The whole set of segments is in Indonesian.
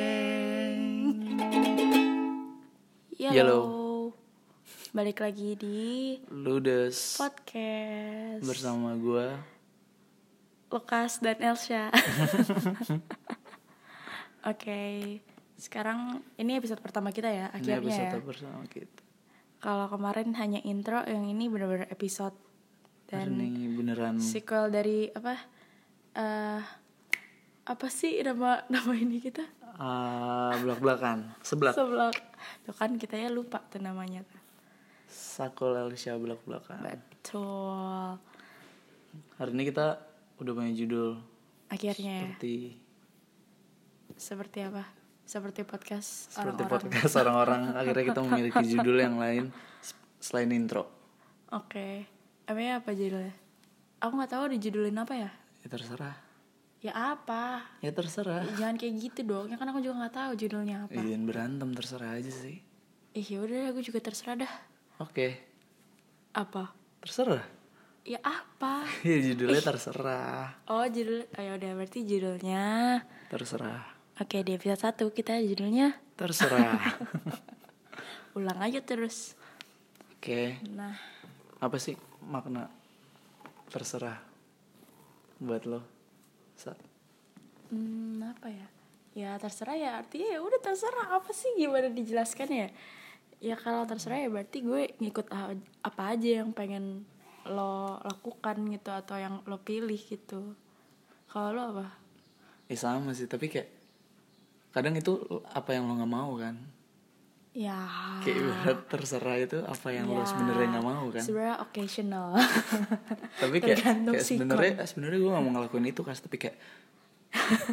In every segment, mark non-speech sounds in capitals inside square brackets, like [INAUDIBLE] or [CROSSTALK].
Jreng. Yellow. Yellow. Balik lagi di Ludes podcast bersama gua Lukas dan [LAUGHS] Elsa. Oke, sekarang ini episode pertama kita ya Ini akhirnya. episode ya. bersama kita. Kalau kemarin hanya intro, yang ini benar-benar episode Hari dan ini beneran sequel dari apa? eh apa sih nama nama ini kita? ah, belak-belakan. Seblak. Seblak. Tuh kan kita ya lupa tuh namanya. Sakol Elsia belak-belakan. Betul. Hari ini kita udah punya judul Akhirnya ya. seperti seperti apa? Seperti podcast seperti orang-orang. podcast orang-orang. Akhirnya kita memiliki judul yang lain s- selain intro. Oke. Emangnya apa judulnya? Aku nggak tahu dijudulin apa ya. Ya terserah. Ya apa? Ya terserah. Ih, Jangan kayak gitu dong. Ya kan aku juga nggak tahu judulnya apa. Izin berantem terserah aja sih. Ih, yaudah aku juga terserah dah. Oke, Apa? terserah. Ya apa? Ya judulnya terserah. Oh, judul oh, yaudah berarti judulnya. Terserah. Oke, di episode 1 kita judulnya Terserah. ulang aja terus. [LAUGHS] Oke. Nah, Apa sih makna terserah buat lo? Sa- hmm, apa ya? Ya terserah ya artinya ya udah terserah apa sih gimana dijelaskan ya? Ya kalau terserah ya berarti gue ngikut a- apa aja yang pengen lo lakukan gitu atau yang lo pilih gitu. Kalau lo apa? Eh sama sih, tapi kayak kadang itu apa yang lo nggak mau kan? Ya. Kayak ibarat terserah itu apa yang lo ya, sebenarnya nggak mau kan? Sebenarnya occasional. [LAUGHS] tapi kayak, tergantung kayak sikon. sebenarnya sebenarnya gue gak mau ngelakuin itu kas tapi kayak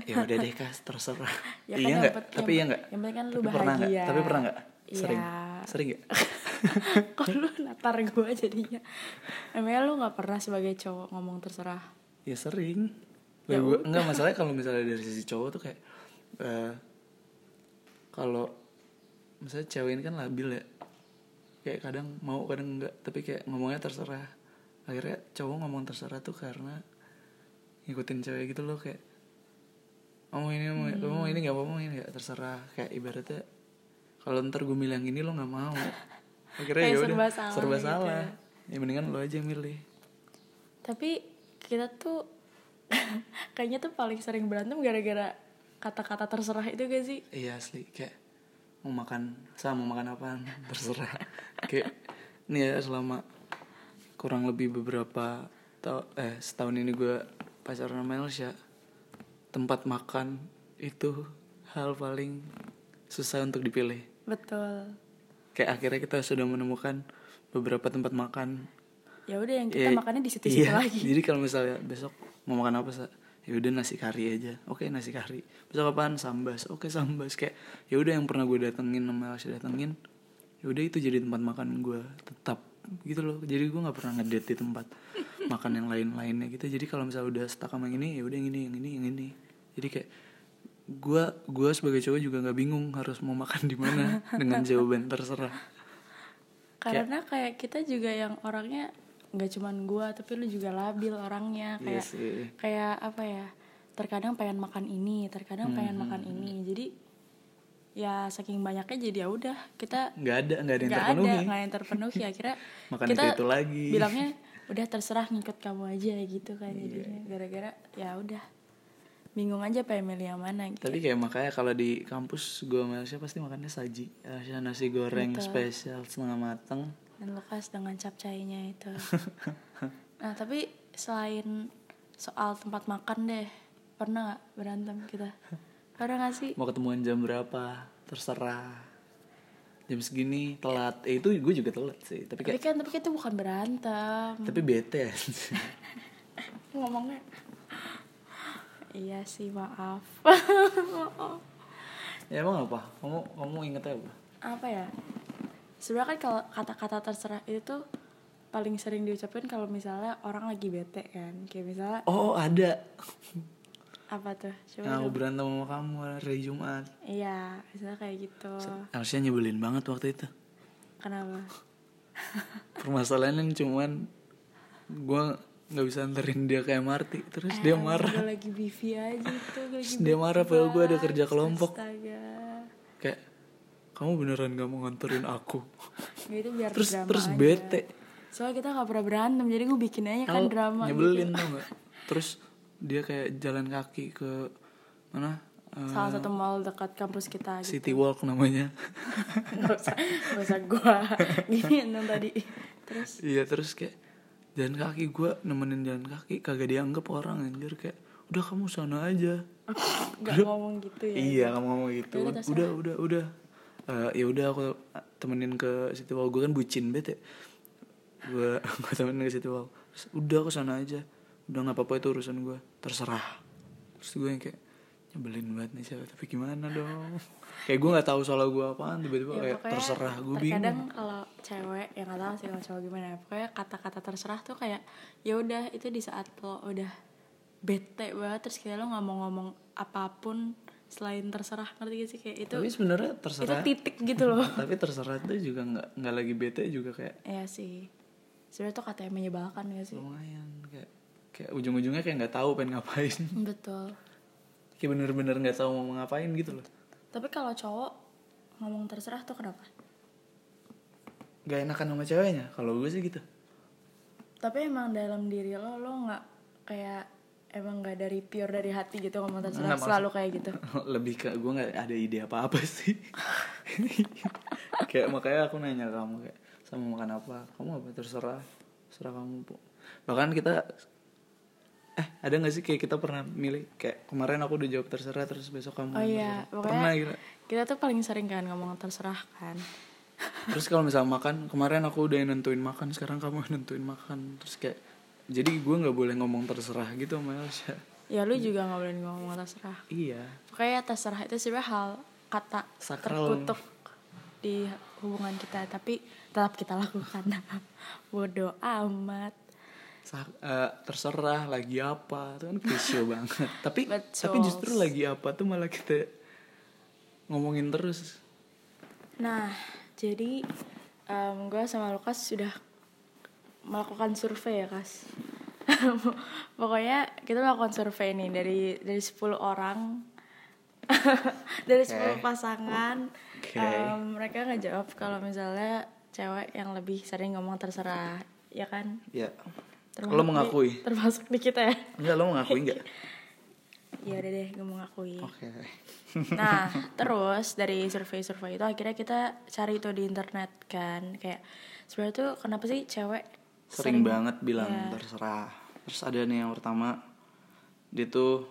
ya udah deh kas terserah Ya kan iya yang nggak pet- tapi yang- iya nggak yang penting kan lu Tapi pernah nggak? bahagia. tapi pernah nggak sering Iya. sering nggak Kok lu natar gue jadinya? Emangnya lu nggak pernah sebagai cowok ngomong terserah? ya sering Lah, gua- [LAUGHS] nggak Ya, oh, masalahnya kalau misalnya dari sisi cowok tuh kayak eh, kalau misalnya cewek ini kan labil ya kayak kadang mau kadang enggak tapi kayak ngomongnya terserah akhirnya cowok ngomong terserah tuh karena ngikutin cewek gitu loh kayak oh mau ini mau, lu mau ini nggak apa mau ini nggak terserah kayak ibaratnya kalau ntar gue milih yang ini lo nggak [LAUGHS] mau akhirnya Kayak ya udah serba salah serba gitu salah ya mendingan lo aja yang milih Tapi kita tuh [LAUGHS] kayaknya tuh paling sering berantem gara-gara kata-kata terserah itu gak sih? Iya asli kayak mau makan sama mau makan apaan [LAUGHS] terserah kayak ini ya selama kurang lebih beberapa ta- eh setahun ini gue pacaran sama Elsa tempat makan itu hal paling susah untuk dipilih Betul. kayak akhirnya kita sudah menemukan beberapa tempat makan Ya udah yang Ya, kita makannya di situ-situ iya. [LAUGHS] lagi. jadi kalau misalnya besok mau makan apa sa ya udah nasi kari aja oke nasi kari besok apaan sambas oke sambas kayak ya udah yang pernah gue datengin sama Elsa datengin ya udah itu jadi tempat makan gue tetap gitu loh jadi gue nggak pernah ngedate di tempat makan yang lain-lainnya gitu jadi kalau misalnya udah stuck sama yang ini ya udah yang ini yang ini yang ini jadi kayak gue gue sebagai cowok juga nggak bingung harus mau makan di [LAUGHS] mana dengan jawaban terserah Karena kayak kita juga yang orangnya nggak cuman gua tapi lu juga labil orangnya Iya kayak sih. kayak apa ya? Terkadang pengen makan ini, terkadang pengen makan ini. Jadi ya saking banyaknya jadi ya udah kita nggak ada nggak ada yang nggak ada terpenuhi nggak yang terpenuhi akhirnya [LAUGHS] Makan kita itu-itu lagi. Iya. bilangnya udah terserah ngikut kamu aja gitu kan jadinya gara-gara ya udah bingung aja pengen milih yang mana gitu Tapi kayak makanya kalau di kampus gue sama Elsa pasti makannya saji. Elsa nasi goreng spesial setengah mateng. dan Lukas dengan capcainya [LAUGHS] itu nah tapi selain soal tempat makan deh pernah nggak berantem kita pernah nggak sih Mau ketemuan jam berapa? Terserah. Jam segini telat. Eh, itu gue juga telat sih. Tapi tapi kayak kan tapi kita bukan berantem tapi bete. [LAUGHS] ngomongnya iya sih maaf [LAUGHS] ya emang apa? Kamu kamu ingetnya apa? apa ya sebenarnya kan kalau kata-kata terserah itu tuh paling sering diucapin kalau misalnya orang lagi bete kan kayak misalnya Oh ada. apa tuh coba Nah, dong. aku berantem sama kamu hari Jumat. iya misalnya kayak gitu Elsa nyebelin banget waktu itu. kenapa Permasalahan yang cuman gue nggak bisa anterin dia ke MRT terus Eh, dia marah gua lagi bivi aja itu gua lagi Terus dia bivi marah, padahal gua ada banget. kerja kelompok. astaga kayak kamu beneran gak mau nganterin aku ya, itu biar Terus- drama terus aja. bete. soalnya kita gak pernah berantem jadi gue bikin aja kan Al- drama nyebelin gitu. tau gak terus dia kayak jalan kaki ke mana Eh, salah satu mall dekat kampus kita gitu. City Walk namanya [LAUGHS] [LAUGHS] nggak usah nggak usah gue gini yang tadi terus iya terus kayak jalan kaki gua nemenin jalan kaki kagak dianggap orang anjir kayak udah kamu sana aja nggak ngomong gitu ya iya kamu ngomong gitu Yaudah, terserah. udah udah udah Eh, ya udah aku temenin ke City Walk gue kan bucin bete [LAUGHS] gue gue temenin ke City Walk Terus, udah aku sana aja udah nggak apa-apa itu urusan gue terserah terus gue yang kayak nyebelin banget nih cewek tapi gimana [LAUGHS] dong kayak gue nggak tahu salah gue apaan tiba-tiba Ya, kayak pokoknya terserah gue terkadang bingung kalau cewek yang nggak tahu sih kalau cowok gimana ya, pokoknya kata-kata terserah tuh kayak ya udah itu di saat lo udah bete banget terus kayak lo nggak mau ngomong apapun selain terserah ngerti gak sih kayak itu tapi sebenarnya itu terserah titik gitu [LAUGHS] loh tapi terserah tuh juga nggak nggak lagi bete juga kayak ya sih sebenarnya tuh kata yang menyebalkan gak sih lumayan kayak kayak ujung-ujungnya kayak nggak tahu pengen ngapain betul kayak bener-bener nggak tahu mau ngapain gitu loh tapi kalau cowok ngomong terserah tuh kenapa gak enakan sama ceweknya kalau gue sih gitu [LAUGHS] tapi emang dalam diri lo lo nggak kayak emang nggak dari pure dari hati gitu ngomong terserah Nggak, maksud- selalu kayak gitu lebih ke gue nggak ada ide apa apa sih [LAUGHS] kayak makanya aku nanya kamu kayak sama makan apa kamu apa terserah terserah kamu bu bahkan kita eh ada nggak sih kayak kita pernah milih kayak kemarin aku udah jawab terserah terus besok kamu Oh yang iya, terserah. pokoknya pernah gitu. gila kita tuh paling sering kan ngomong terserah kan. terus kalau misalnya makan kemarin aku udah nentuin makan sekarang kamu yang nentuin makan terus kayak jadi gue nggak boleh ngomong terserah gitu sama Elsa Ya lu juga nggak boleh ngomong terserah. iya Pokoknya terserah itu sebenarnya hal kata Sakral. terkutuk di hubungan kita, tapi tetap kita lakukan. [LAUGHS] Bodoh amat. Sa- eh, terserah lagi apa itu kan [LAUGHS] krisio banget tapi Betul. tapi justru lagi apa tuh malah kita ngomongin terus Nah, jadi gue sama Lukas sudah melakukan survei ya, Kas. [LAUGHS] Pokoknya kita melakukan survei nih dari dari 10 orang [LAUGHS] dari 10 Oke. pasangan Oke. em, mereka ngejawab kalau misalnya cewek yang lebih sering ngomong terserah, ya kan? ya Termasuk Lo di- mengakui? termasuk di kita ya. enggak lo mengakui [LAUGHS] enggak Ya udah deh, gue mengakui. oke [LAUGHS] Nah, terus dari survei-survei itu akhirnya kita cari itu di internet kan. Kayak sebenarnya tuh kenapa sih cewek sering banget bilang Iya. terserah terus ada nih yang pertama dia tuh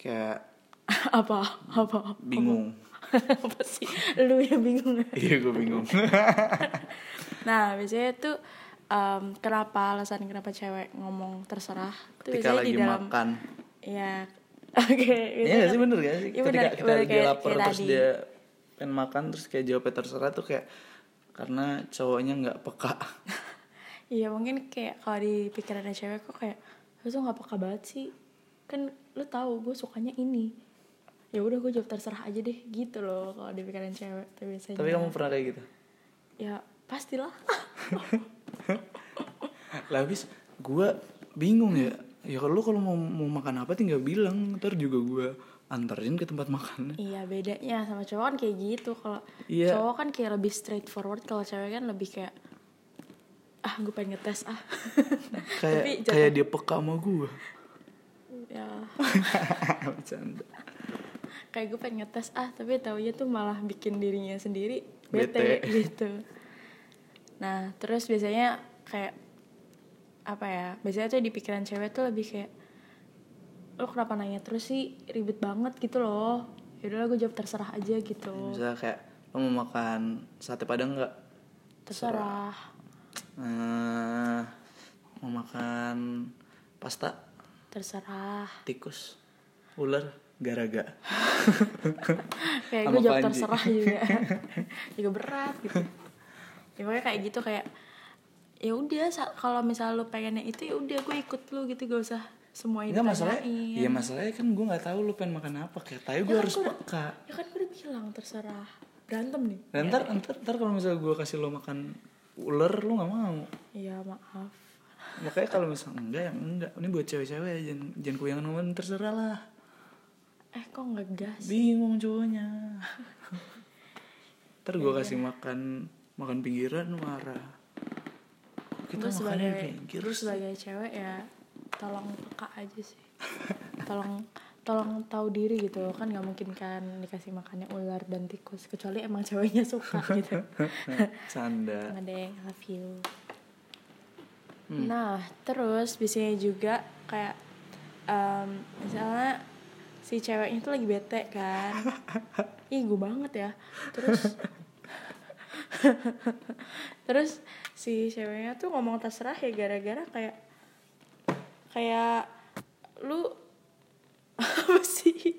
kayak [LAUGHS] apa apa bingung [LAUGHS] Oh. apa sih? Lu yang bingung. iya gue bingung Nah, biasanya tuh em, kenapa alasan kenapa cewek ngomong terserah itu [LAUGHS] ketika lagi makan ya [LAUGHS] oke iya biasanya gak sih bener gak sih Iya, ketika bener, kita bener, lagi kayak- lapar kayak terus tadi. dia pengen makan terus kayak jawabnya terserah tuh kayak karena cowoknya nggak peka Iya mungkin kayak kalau di pikirannya cewek kok kayak lu tuh nggak peka banget sih kan lu tahu gue sukanya ini ya udah gue jawab terserah aja deh gitu loh kalau di pikiran cewek tuh biasanya Tapi kamu pernah kayak gitu? ya pastilah [LAUGHS] [LAUGHS] Lah habis gue bingung ya. Ya kalau lu kalau mau mau makan apa tinggal bilang, ntar juga gue anterin ke tempat makannya. iya bedanya sama cowok kan kayak gitu kalau Iya. cowok kan kayak lebih straightforward kalau cewek kan lebih kayak ah gue pengen ngetes ah [LAUGHS] Kayak tapi kayak jatuh- dia peka sama gue. ya [LAUGHS] Bercanda. kayak gue pengen ngetes ah tapi taunya tuh malah bikin dirinya sendiri bete, Bete. [LAUGHS] gitu nah terus biasanya kayak apa ya biasanya tuh di pikiran cewek tuh lebih kayak lo kenapa nanya terus sih ribet banget gitu loh yaudah gue jawab terserah aja gitu Misalnya kayak lo mau makan sate padang nggak? terserah Eh, mau makan pasta terserah tikus ular garaga kayak Sama gue jawab Panji. terserah [LAUGHS] juga juga berat gitu ya pokoknya kayak gitu kayak ya udah sa- kalau misal lu pengennya itu ya udah gue ikut lu gitu gak usah semua ini Enggak masalahnya, iya masalahnya kan gue nggak tahu lu pengen makan apa kayak tapi gue kan harus gua- peka. ya kan gue udah bilang terserah berantem nih Dan ntar, ntar, ntar kalau misalnya gue kasih lo makan ular, lo gak mau. iya maaf makanya kalau misal enggak ya enggak ini buat cewek-cewek jangan jangan kuyangan ngomong terserah lah eh kok ngegas bingung [LAUGHS] cowoknya ntar Iya. gue kasih makan makan pinggiran marah Kok kita Gua makannya di pinggir gue sih? [LAUGHS] sebagai cewek ya tolong peka aja sih tolong tolong tahu diri gitu kan nggak mungkin kan dikasih makannya ular dan tikus kecuali emang ceweknya suka gitu [LAUGHS] Nah, [LAUGHS] canda Ngadeng, I love you. Nah, terus biasanya juga kayak em, misalnya si ceweknya tuh lagi bete kan. Ih, gue banget ya. Terus Terus si ceweknya tuh ngomong terserah ya gara-gara kayak kayak lu [LAUGHS] apa sih?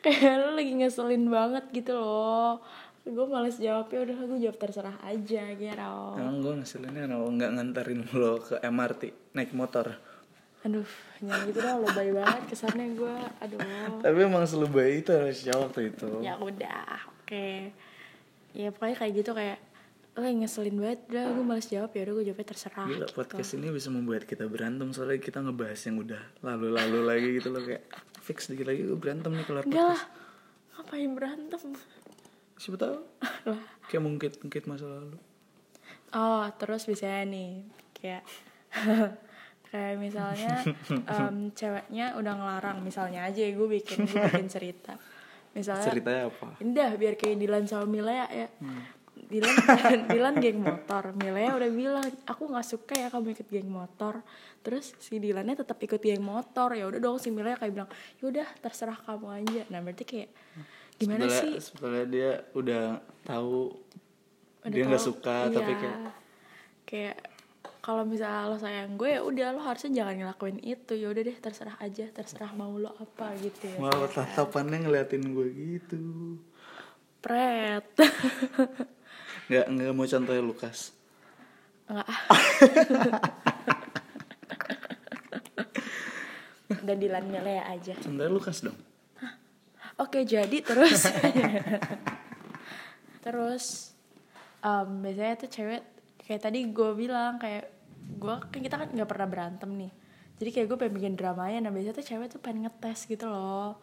kayak lu lagi ngeselin banget gitu loh gue males jawabnya udah gue jawab terserah aja Gero emang gue ngeselinnya kenapa nggak nganterin lo ke MRT naik motor aduh jangan gitu dong lebay banget kesannya gue aduh tapi emang selebay itu harus jawab tuh itu ya udah oke ya pokoknya kayak gitu kayak lo yang ngeselin banget udah gue males jawab ya udah gue jawabnya terserah Gila, gitu. podcast ini bisa membuat kita berantem soalnya kita ngebahas yang udah lalu-lalu lagi gitu loh kayak fix dikit lagi gue berantem nih kelar enggak podcast lah ngapain berantem [LAUGHS] siapa tahu Lah. kayak mungkin-mungkin masa lalu Oh, terus biasanya nih kayak [LAUGHS] kayak [LAUGHS] misalnya em, ceweknya udah ngelarang misalnya aja gue bikin gue bikin cerita. Misalnya ceritanya apa Indah biar kayak Dilan sama Milea ya. Dilan [LAUGHS] Dilan geng motor. Milea udah bilang, "Aku nggak suka ya kamu ikut geng motor." Terus si Dilannya tetap ikut geng motor. Ya udah dong si Milea kayak bilang, "Yaudah, terserah kamu aja." Nah, berarti kayak gimana Sebenarnya- sih? sebenarnya dia udah tahu Udah dia nggak tahu, suka tapi iya. kayak kayak kalau misalnya lo sayang gue ya udah lo harusnya jangan ngelakuin itu ya udah deh terserah aja terserah mau lo apa gitu ya wow tatapannya ngeliatin gue gitu pret [LAUGHS] nggak nggak mau contohnya Lukas nggak ah. udah dilan Milea aja contohnya Lukas dong Oke jadi terus [LAUGHS] terus em, biasanya tuh cewek kayak tadi gue bilang kayak gue kan kita kan nggak pernah berantem nih jadi kayak gue pengen bikin dramanya nah biasanya tuh cewek tuh pengen ngetes gitu loh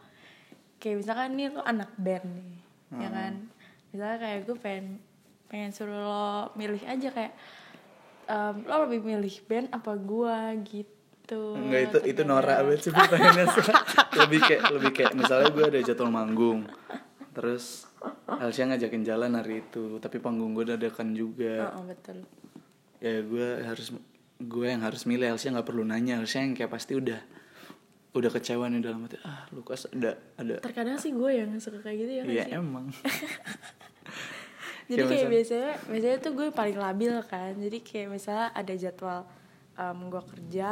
kayak misalkan nih lo anak band nih ya Hmm. kan misalnya kayak gue pengen pengen suruh lo milih aja kayak em, lo lebih milih band apa gue gitu Enggak itu itu Ternyata- norak banget sih pertanyaannya lebih kayak lebih kayak misalnya gue ada jadwal manggung terus Elsia ngajakin jalan hari itu tapi panggung gue dadakan juga Heeh, betul ya gue harus gue yang harus milih Elsia nggak perlu nanya Elsia yang kayak pasti udah udah kecewa nih dalam hati ah Lukas ada ada terkadang sih gue yang suka kayak gitu ya nggak ya sih? emang [LAUGHS] jadi Kayak kayak misalnya- biasanya biasanya tuh gue paling labil kan jadi kayak misalnya ada jadwal em, gue kerja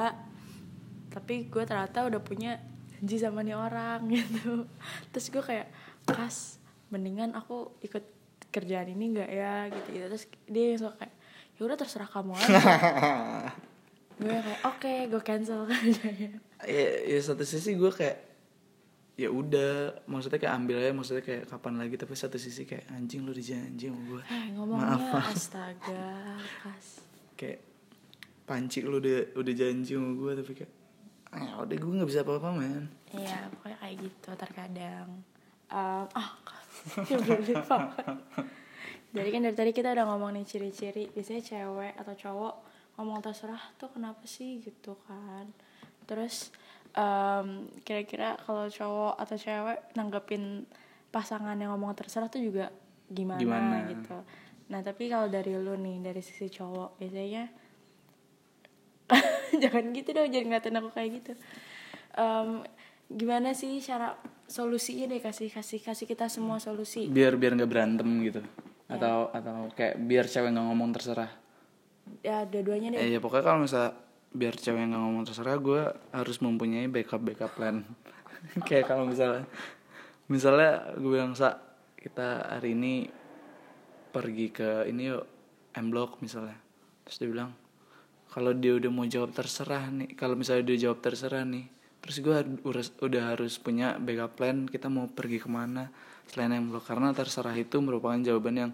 tapi gue ternyata udah punya janji sama nih orang [LAUGHS] gitu terus gue kayak kas mendingan aku ikut kerjaan ini nggak ya gitu gitu terus dia yang suka kayak ya udah terserah [LAUGHS] kamu aja gue kayak oke gue cancel [LAUGHS] kerjanya ya, ya satu sisi gue kayak ya udah maksudnya kayak ambil aja maksudnya kayak kapan lagi tapi satu sisi kayak anjing lu dijanji sama gue eh ngomongnya astaga kas kayak panci lu udah udah janji sama gue tapi kayak ah udah gue nggak bisa apa-apa men Iya, pokoknya kayak gitu terkadang. Em, ah, [LAUGHS] ya belum lupa. Jadi kan dari tadi kita udah ngomong nih ciri-ciri biasanya cewek atau cowok ngomong terserah tuh kenapa sih gitu kan. Terus em, kira-kira kalau cowok atau cewek nanggepin pasangan yang ngomong terserah tuh juga gimana, Gimana? gitu. Nah tapi kalau dari lu nih dari sisi cowok biasanya [LAUGHS] jangan gitu dong jangan ngatain aku kayak gitu Em, gimana sih cara solusinya deh kasih kasih kasih kita semua solusi biar biar nggak berantem gitu atau atau kayak biar cewek nggak ngomong terserah ya dua-duanya deh eh ya pokoknya kalau misalnya biar cewek nggak ngomong terserah gue harus mempunyai backup backup plan [LAUGHS] kayak kalau misalnya misalnya gue bilang sa kita hari ini pergi ke ini yuk M Block misalnya terus dia bilang kalau dia udah mau jawab terserah nih kalau misalnya dia jawab terserah nih terus gue udah harus punya backup plan kita mau pergi kemana selain M Block karena terserah itu merupakan jawaban yang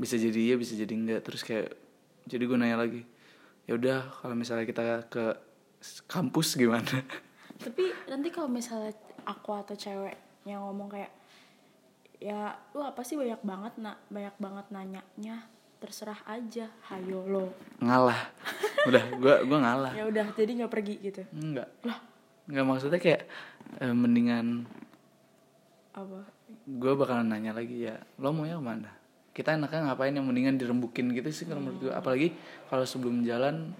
bisa jadi iya bisa jadi enggak terus kayak jadi gue nanya lagi ya udah kalau misalnya kita ke s- kampus gimana [LAUGHS] tapi nanti kalau misalnya aku atau cewek yang ngomong kayak ya lu apa sih banyak banget nak banyak banget nanyanya terserah aja hayo lo ngalah udah gua gua ngalah ya udah jadi nggak pergi gitu enggak enggak maksudnya kayak eh, mendingan apa gue bakalan nanya lagi ya lo maunya kemana kita enaknya ngapain yang mendingan dirembukin gitu sih kalau menurut gue apalagi kalau sebelum jalan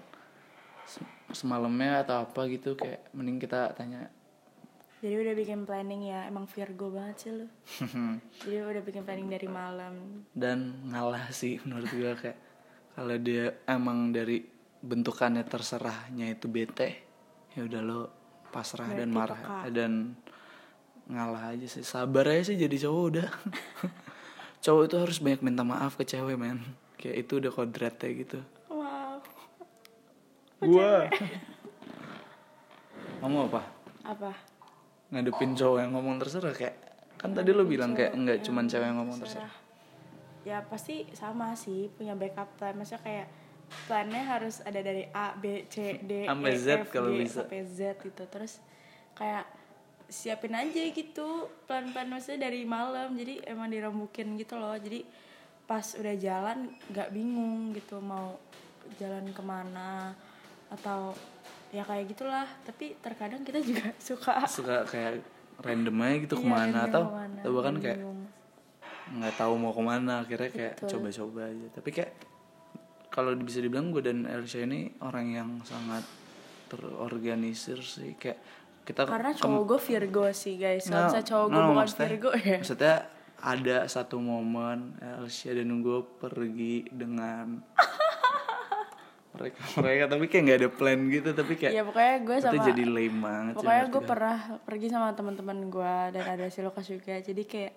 se- semalamnya atau apa gitu kayak mending kita tanya [LAUGHS] jadi udah bikin planning ya emang Virgo banget sih lu jadi udah bikin planning dari malam dan ngalah sih menurut gue kayak kalau dia emang dari bentukannya terserahnya itu bete ya udah lo pasrah dan Berarti marah peka. dan ngalah aja sih sabar aja sih jadi cowok udah [LAUGHS] cowok itu harus banyak minta maaf ke cewek men kayak itu udah kodratnya gitu wow gua kamu apa apa ngadepin cowok yang ngomong terserah kayak kan tadi lo bilang kayak nggak cuman cewek yang ngomong terserah ya pasti sama sih punya backup plan maksudnya kayak plannya harus ada dari A B C D Sampai E Z F kalau G bisa. sampai Z gitu terus kayak siapin aja gitu plan-plan maksudnya dari malam jadi emang dirembukin gitu loh jadi pas udah jalan nggak bingung gitu mau jalan kemana atau ya kayak gitulah tapi terkadang kita juga [LAUGHS] suka suka kayak random aja gitu Iya, kemana random atau kemana, atau bahkan kayak bingung. nggak tahu mau kemana akhirnya kayak Betul. coba-coba aja tapi kayak kalau bisa dibilang gue dan Elsa ini orang yang sangat terorganisir sih kayak kita Karena kem- cowok gue Virgo sih guys Kalau Nggak, misalnya cowok gue nggak, bukan maksudnya- Virgo ya [LAUGHS] Maksudnya ada satu momen Elsia dan gue pergi [LAUGHS] dengan mereka mereka tapi kayak nggak ada plan gitu tapi kayak Iya pokoknya gue itu sama jadi kan. lame banget sih Pokoknya menurut gue pernah pergi sama teman-teman gue Dan ada si Lukas juga Jadi kayak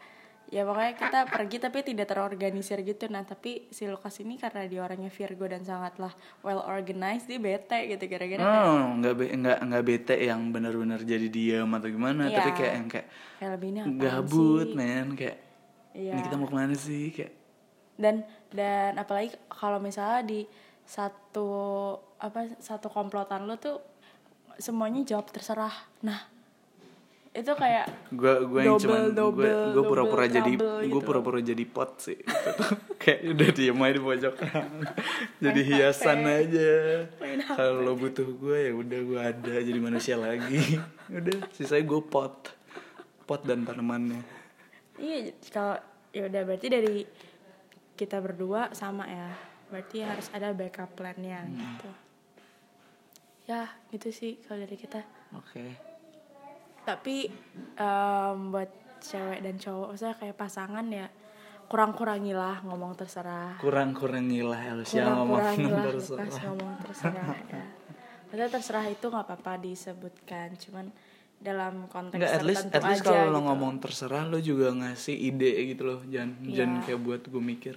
Ya pokoknya kita pergi tapi tidak terorganisir gitu Nah tapi si Lukas ini karena dia orangnya Virgo Dan sangatlah well organized Dia bete gitu gue. kira-kira Oh, nggak be- nggak nggak bete yang benar-benar jadi diam atau gimana tapi Iya. kayak yang kayak Kayak lebih ini apaan gabut sih? men kayak Iya. ini kita mau kemana sih kayak dan dan apalagi kalau misalnya di satu apa satu komplotan lu tuh semuanya jawab terserah nah itu kayak gue gue yang Double, cuman gue double, gue pura-pura double jadi trouble gue gitu. pura-pura jadi pot sih Gitu [LAUGHS] tuh. kayak udah diem aja di [LAUGHS] pojok jadi hiasan aja Main HP. kalau lo butuh gue ya udah gue ada jadi manusia lagi [LAUGHS] udah sisanya gue pot pot dan tanamannya iya kalau ya udah berarti dari kita berdua sama ya berarti harus ada backup plan-nya gitu ya gitu sih kalau dari kita oke tapi em, buat cewek dan cowok saya kayak pasangan ya kurang-kurangilah ngomong terserah kurang-kurangilah Elsia ngomong [LAUGHS] kurang-kurangin lah terserah. Lukas ngomong terserah [LAUGHS] ya. Maksudnya terserah itu nggak apa-apa disebutkan, cuman dalam konteks Enggak, at least, tertentu at least aja kalau lo gitu. ngomong terserah lo juga ngasih ide gitu loh jangan Iya. jangan kayak buat gue mikir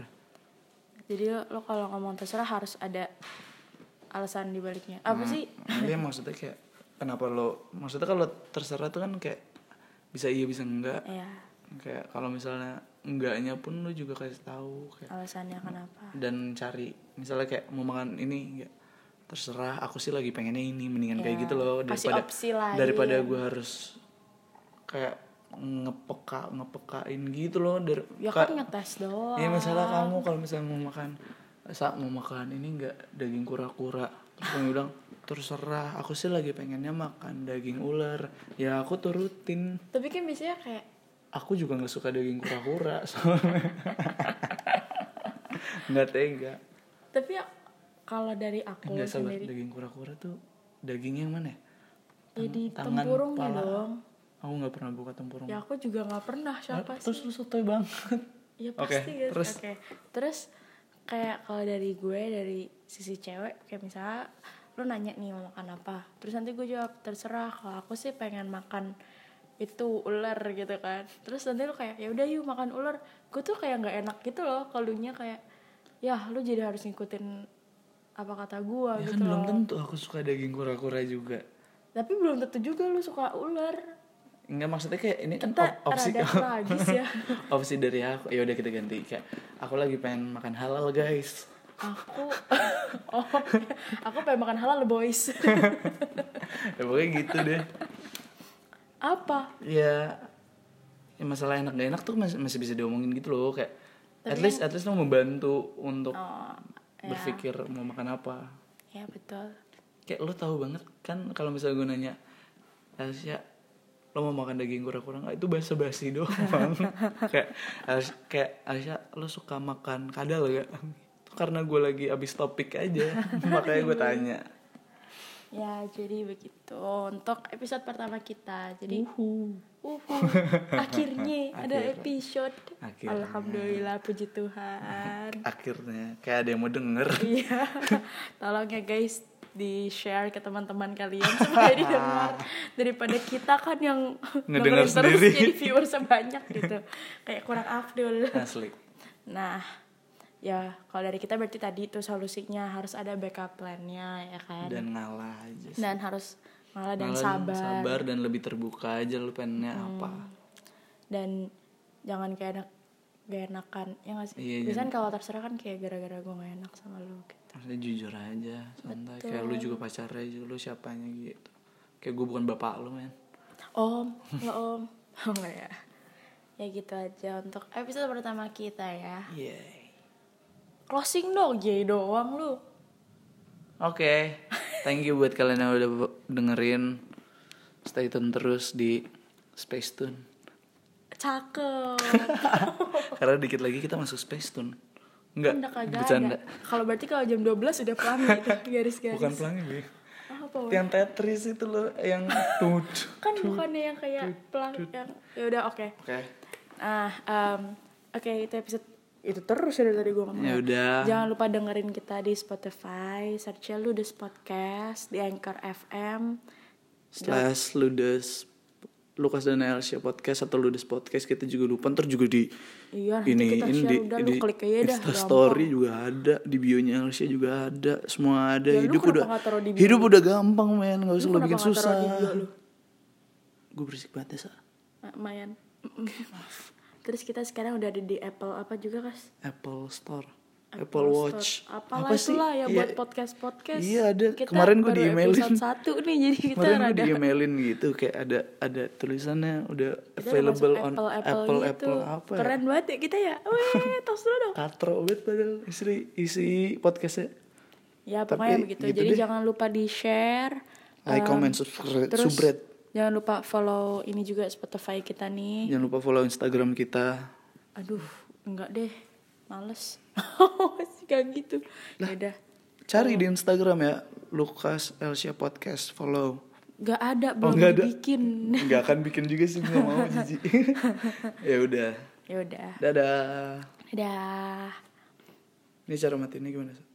Jadi lo, lo kalau ngomong terserah harus ada alasan dibaliknya. Apa sih? Iya maksudnya kayak kenapa lo maksudnya kalau terserah tuh kan kayak bisa iya bisa enggak Ya, kayak kalau misalnya enggaknya pun lo juga kasih tahu kayak alasannya kenapa? dan cari misalnya kayak mau makan ini enggak terserah aku sih lagi pengennya ini mendingan kayak Ya, gitu loh kasih daripada opsi lain. daripada gue harus kayak ngepeka ngepekain gitu loh dari Ya ka- kan ngetes doang. Iya masalah kamu kalau misalnya mau makan saat mau makan ini nggak daging kura-kura terus kamu bilang terserah aku sih lagi pengennya makan daging ular ya aku turutin Tapi kan biasanya kayak aku juga nggak suka daging kura-kura [LAUGHS] soalnya nggak tega tapi ya, kalau dari aku nggak sabar sendiri daging kura-kura tuh daging yang mana ya? jadi tangan, tempurungnya kepala. dong. aku nggak pernah buka tempurung Ya aku juga nggak pernah siapa sih. terus lu sotoy banget Iya Oke, pasti guys. terus? Oke. Terus kayak kalau dari gue dari sisi cewek kayak misalnya lu nanya nih mau makan apa. Terus nanti gue jawab terserah. Kalau aku sih pengen makan itu ular gitu kan. Terus nanti lu kayak ya udah yuk makan ular. Gue tuh kayak nggak enak gitu loh kalunya kayak ya lu jadi harus ngikutin apa kata gue ya kan gitu. belum loh. tentu aku suka daging kura-kura juga Tapi belum tentu juga lu suka ular. Enggak maksudnya kayak ini kan Kita op- opsi [LAUGHS] rada tragis ya. opsi dari aku ya udah kita ganti kayak aku lagi pengen makan halal guys [LAUGHS] aku [LAUGHS] oh aku pengen makan halal boys ya pokoknya gitu deh apa ya, ya masalah enak gak enak tuh masih, masih bisa diomongin gitu loh kayak Tapi at least at least lo membantu untuk oh, ya. berpikir mau makan apa ya betul kayak lo tahu banget kan kalau misalnya gue nanya Alsya lo mau makan daging kura-kura nggak itu bahasa basi doang [LAUGHS] kayak Als- kayak Alsya lo suka makan kadal gak itu karena gue lagi abis topik [LAUGHS] aja makanya gue tanya ya jadi begitu untuk episode pertama kita jadi [LAUGHS] uhuh, akhirnya ada Akhirnya. episode Akhirnya. alhamdulillah puji Tuhan [LAUGHS] akhirnya kayak ada yang mau denger Iya. Tolong ya guys di share ke teman-teman kalian supaya [LAUGHS] didengar daripada kita kan yang Ngedengar dengerin sendiri. terus jadi viewer sebanyak gitu kayak kurang afdol asli nah ya kalau dari kita berarti tadi itu solusinya harus ada backup plannya ya kan dan, dan ngalah aja sih. harus malah dan Malah sabar. Hmm. sabar dan lebih terbuka aja lu pengennya apa dan jangan kayak enak gak enakan ya gak sih Iya, biasanya kalau terserah kan kayak gara-gara gue gak enak sama lu gitu. maksudnya jujur aja santai kayak lu juga pacarnya juga lu siapanya gitu kayak gue bukan bapak lu men Om, ya Om. [LAUGHS] Oh enggak ya. Ya gitu aja untuk episode pertama kita ya. Yeay. Closing dong, J doang lu. Oke, thank you buat kalian yang udah dengerin. Stay tune terus di Space Tune. [LAUGHS] Cakep. Karena dikit lagi kita masuk Space Tune. Enggak, Udah kagak bercanda. ada. Iya, Kalau berarti kalau jam 12 udah pelangi itu [LAUGHS] garis-garis. Bukan pelangi, Bi. Ah, apa? Wan? Yang Tetris itu loh, [LAUGHS] yang tut. Kan bukannya yang kayak pelangi yang ya udah oke. Oke. Nah, em, oke itu episode itu terus ya dari tadi gue ngomong. Ya udah. Jangan lupa dengerin kita di Spotify, search lu Ludes Podcast di Anchor FM. Slash Ludes Lukas dan Elsia podcast atau Ludes podcast kita juga lupa ntar juga di Iya, nanti ini kita ini share, di, udah lu di klik aja dah, Insta story juga ada di bionya Elsia juga ada semua ada Ya, lu hidup kenapa udah nggak taruh di bio hidup udah gampang men nggak usah Lu lo kenapa bikin nggak taruh susah di bio lu? gue berisik banget ya Sa. Ma- Mayan. Terus kita sekarang udah ada di Apple apa juga kas? Apple Store Apple, Watch Store. Apalah itulah ya buat podcast podcast. Iya, ada. Kemarin gua di-emailin. satu nih jadi kita kemarin gue rada. di emailin gitu kayak ada ada tulisannya udah kita udah available masuk on Apple Apple, Apple gitu. Apple apa ya Keren banget ya kita ya. [LAUGHS] Weh, tos dulu dong. katro banget padahal istri isi podcastnya Ya Tapi pokoknya begitu. gitu jadi deh. jangan lupa di share. like comment subscribe Terus subred jangan lupa follow ini juga Spotify kita nih. jangan lupa follow instagram kita Aduh, enggak deh. [LAUGHS] Males. Gak gitu. Ya udah. cari di instagram ya Lukas Elsia podcast follow Gak ada Oh, belum nggak ada. dibikin. [LAUGHS] nggak akan bikin juga sih nggak mau jijik [LAUGHS] ya udah Ya udah. dadah Dadah. ini cara matiinnya gimana Sa?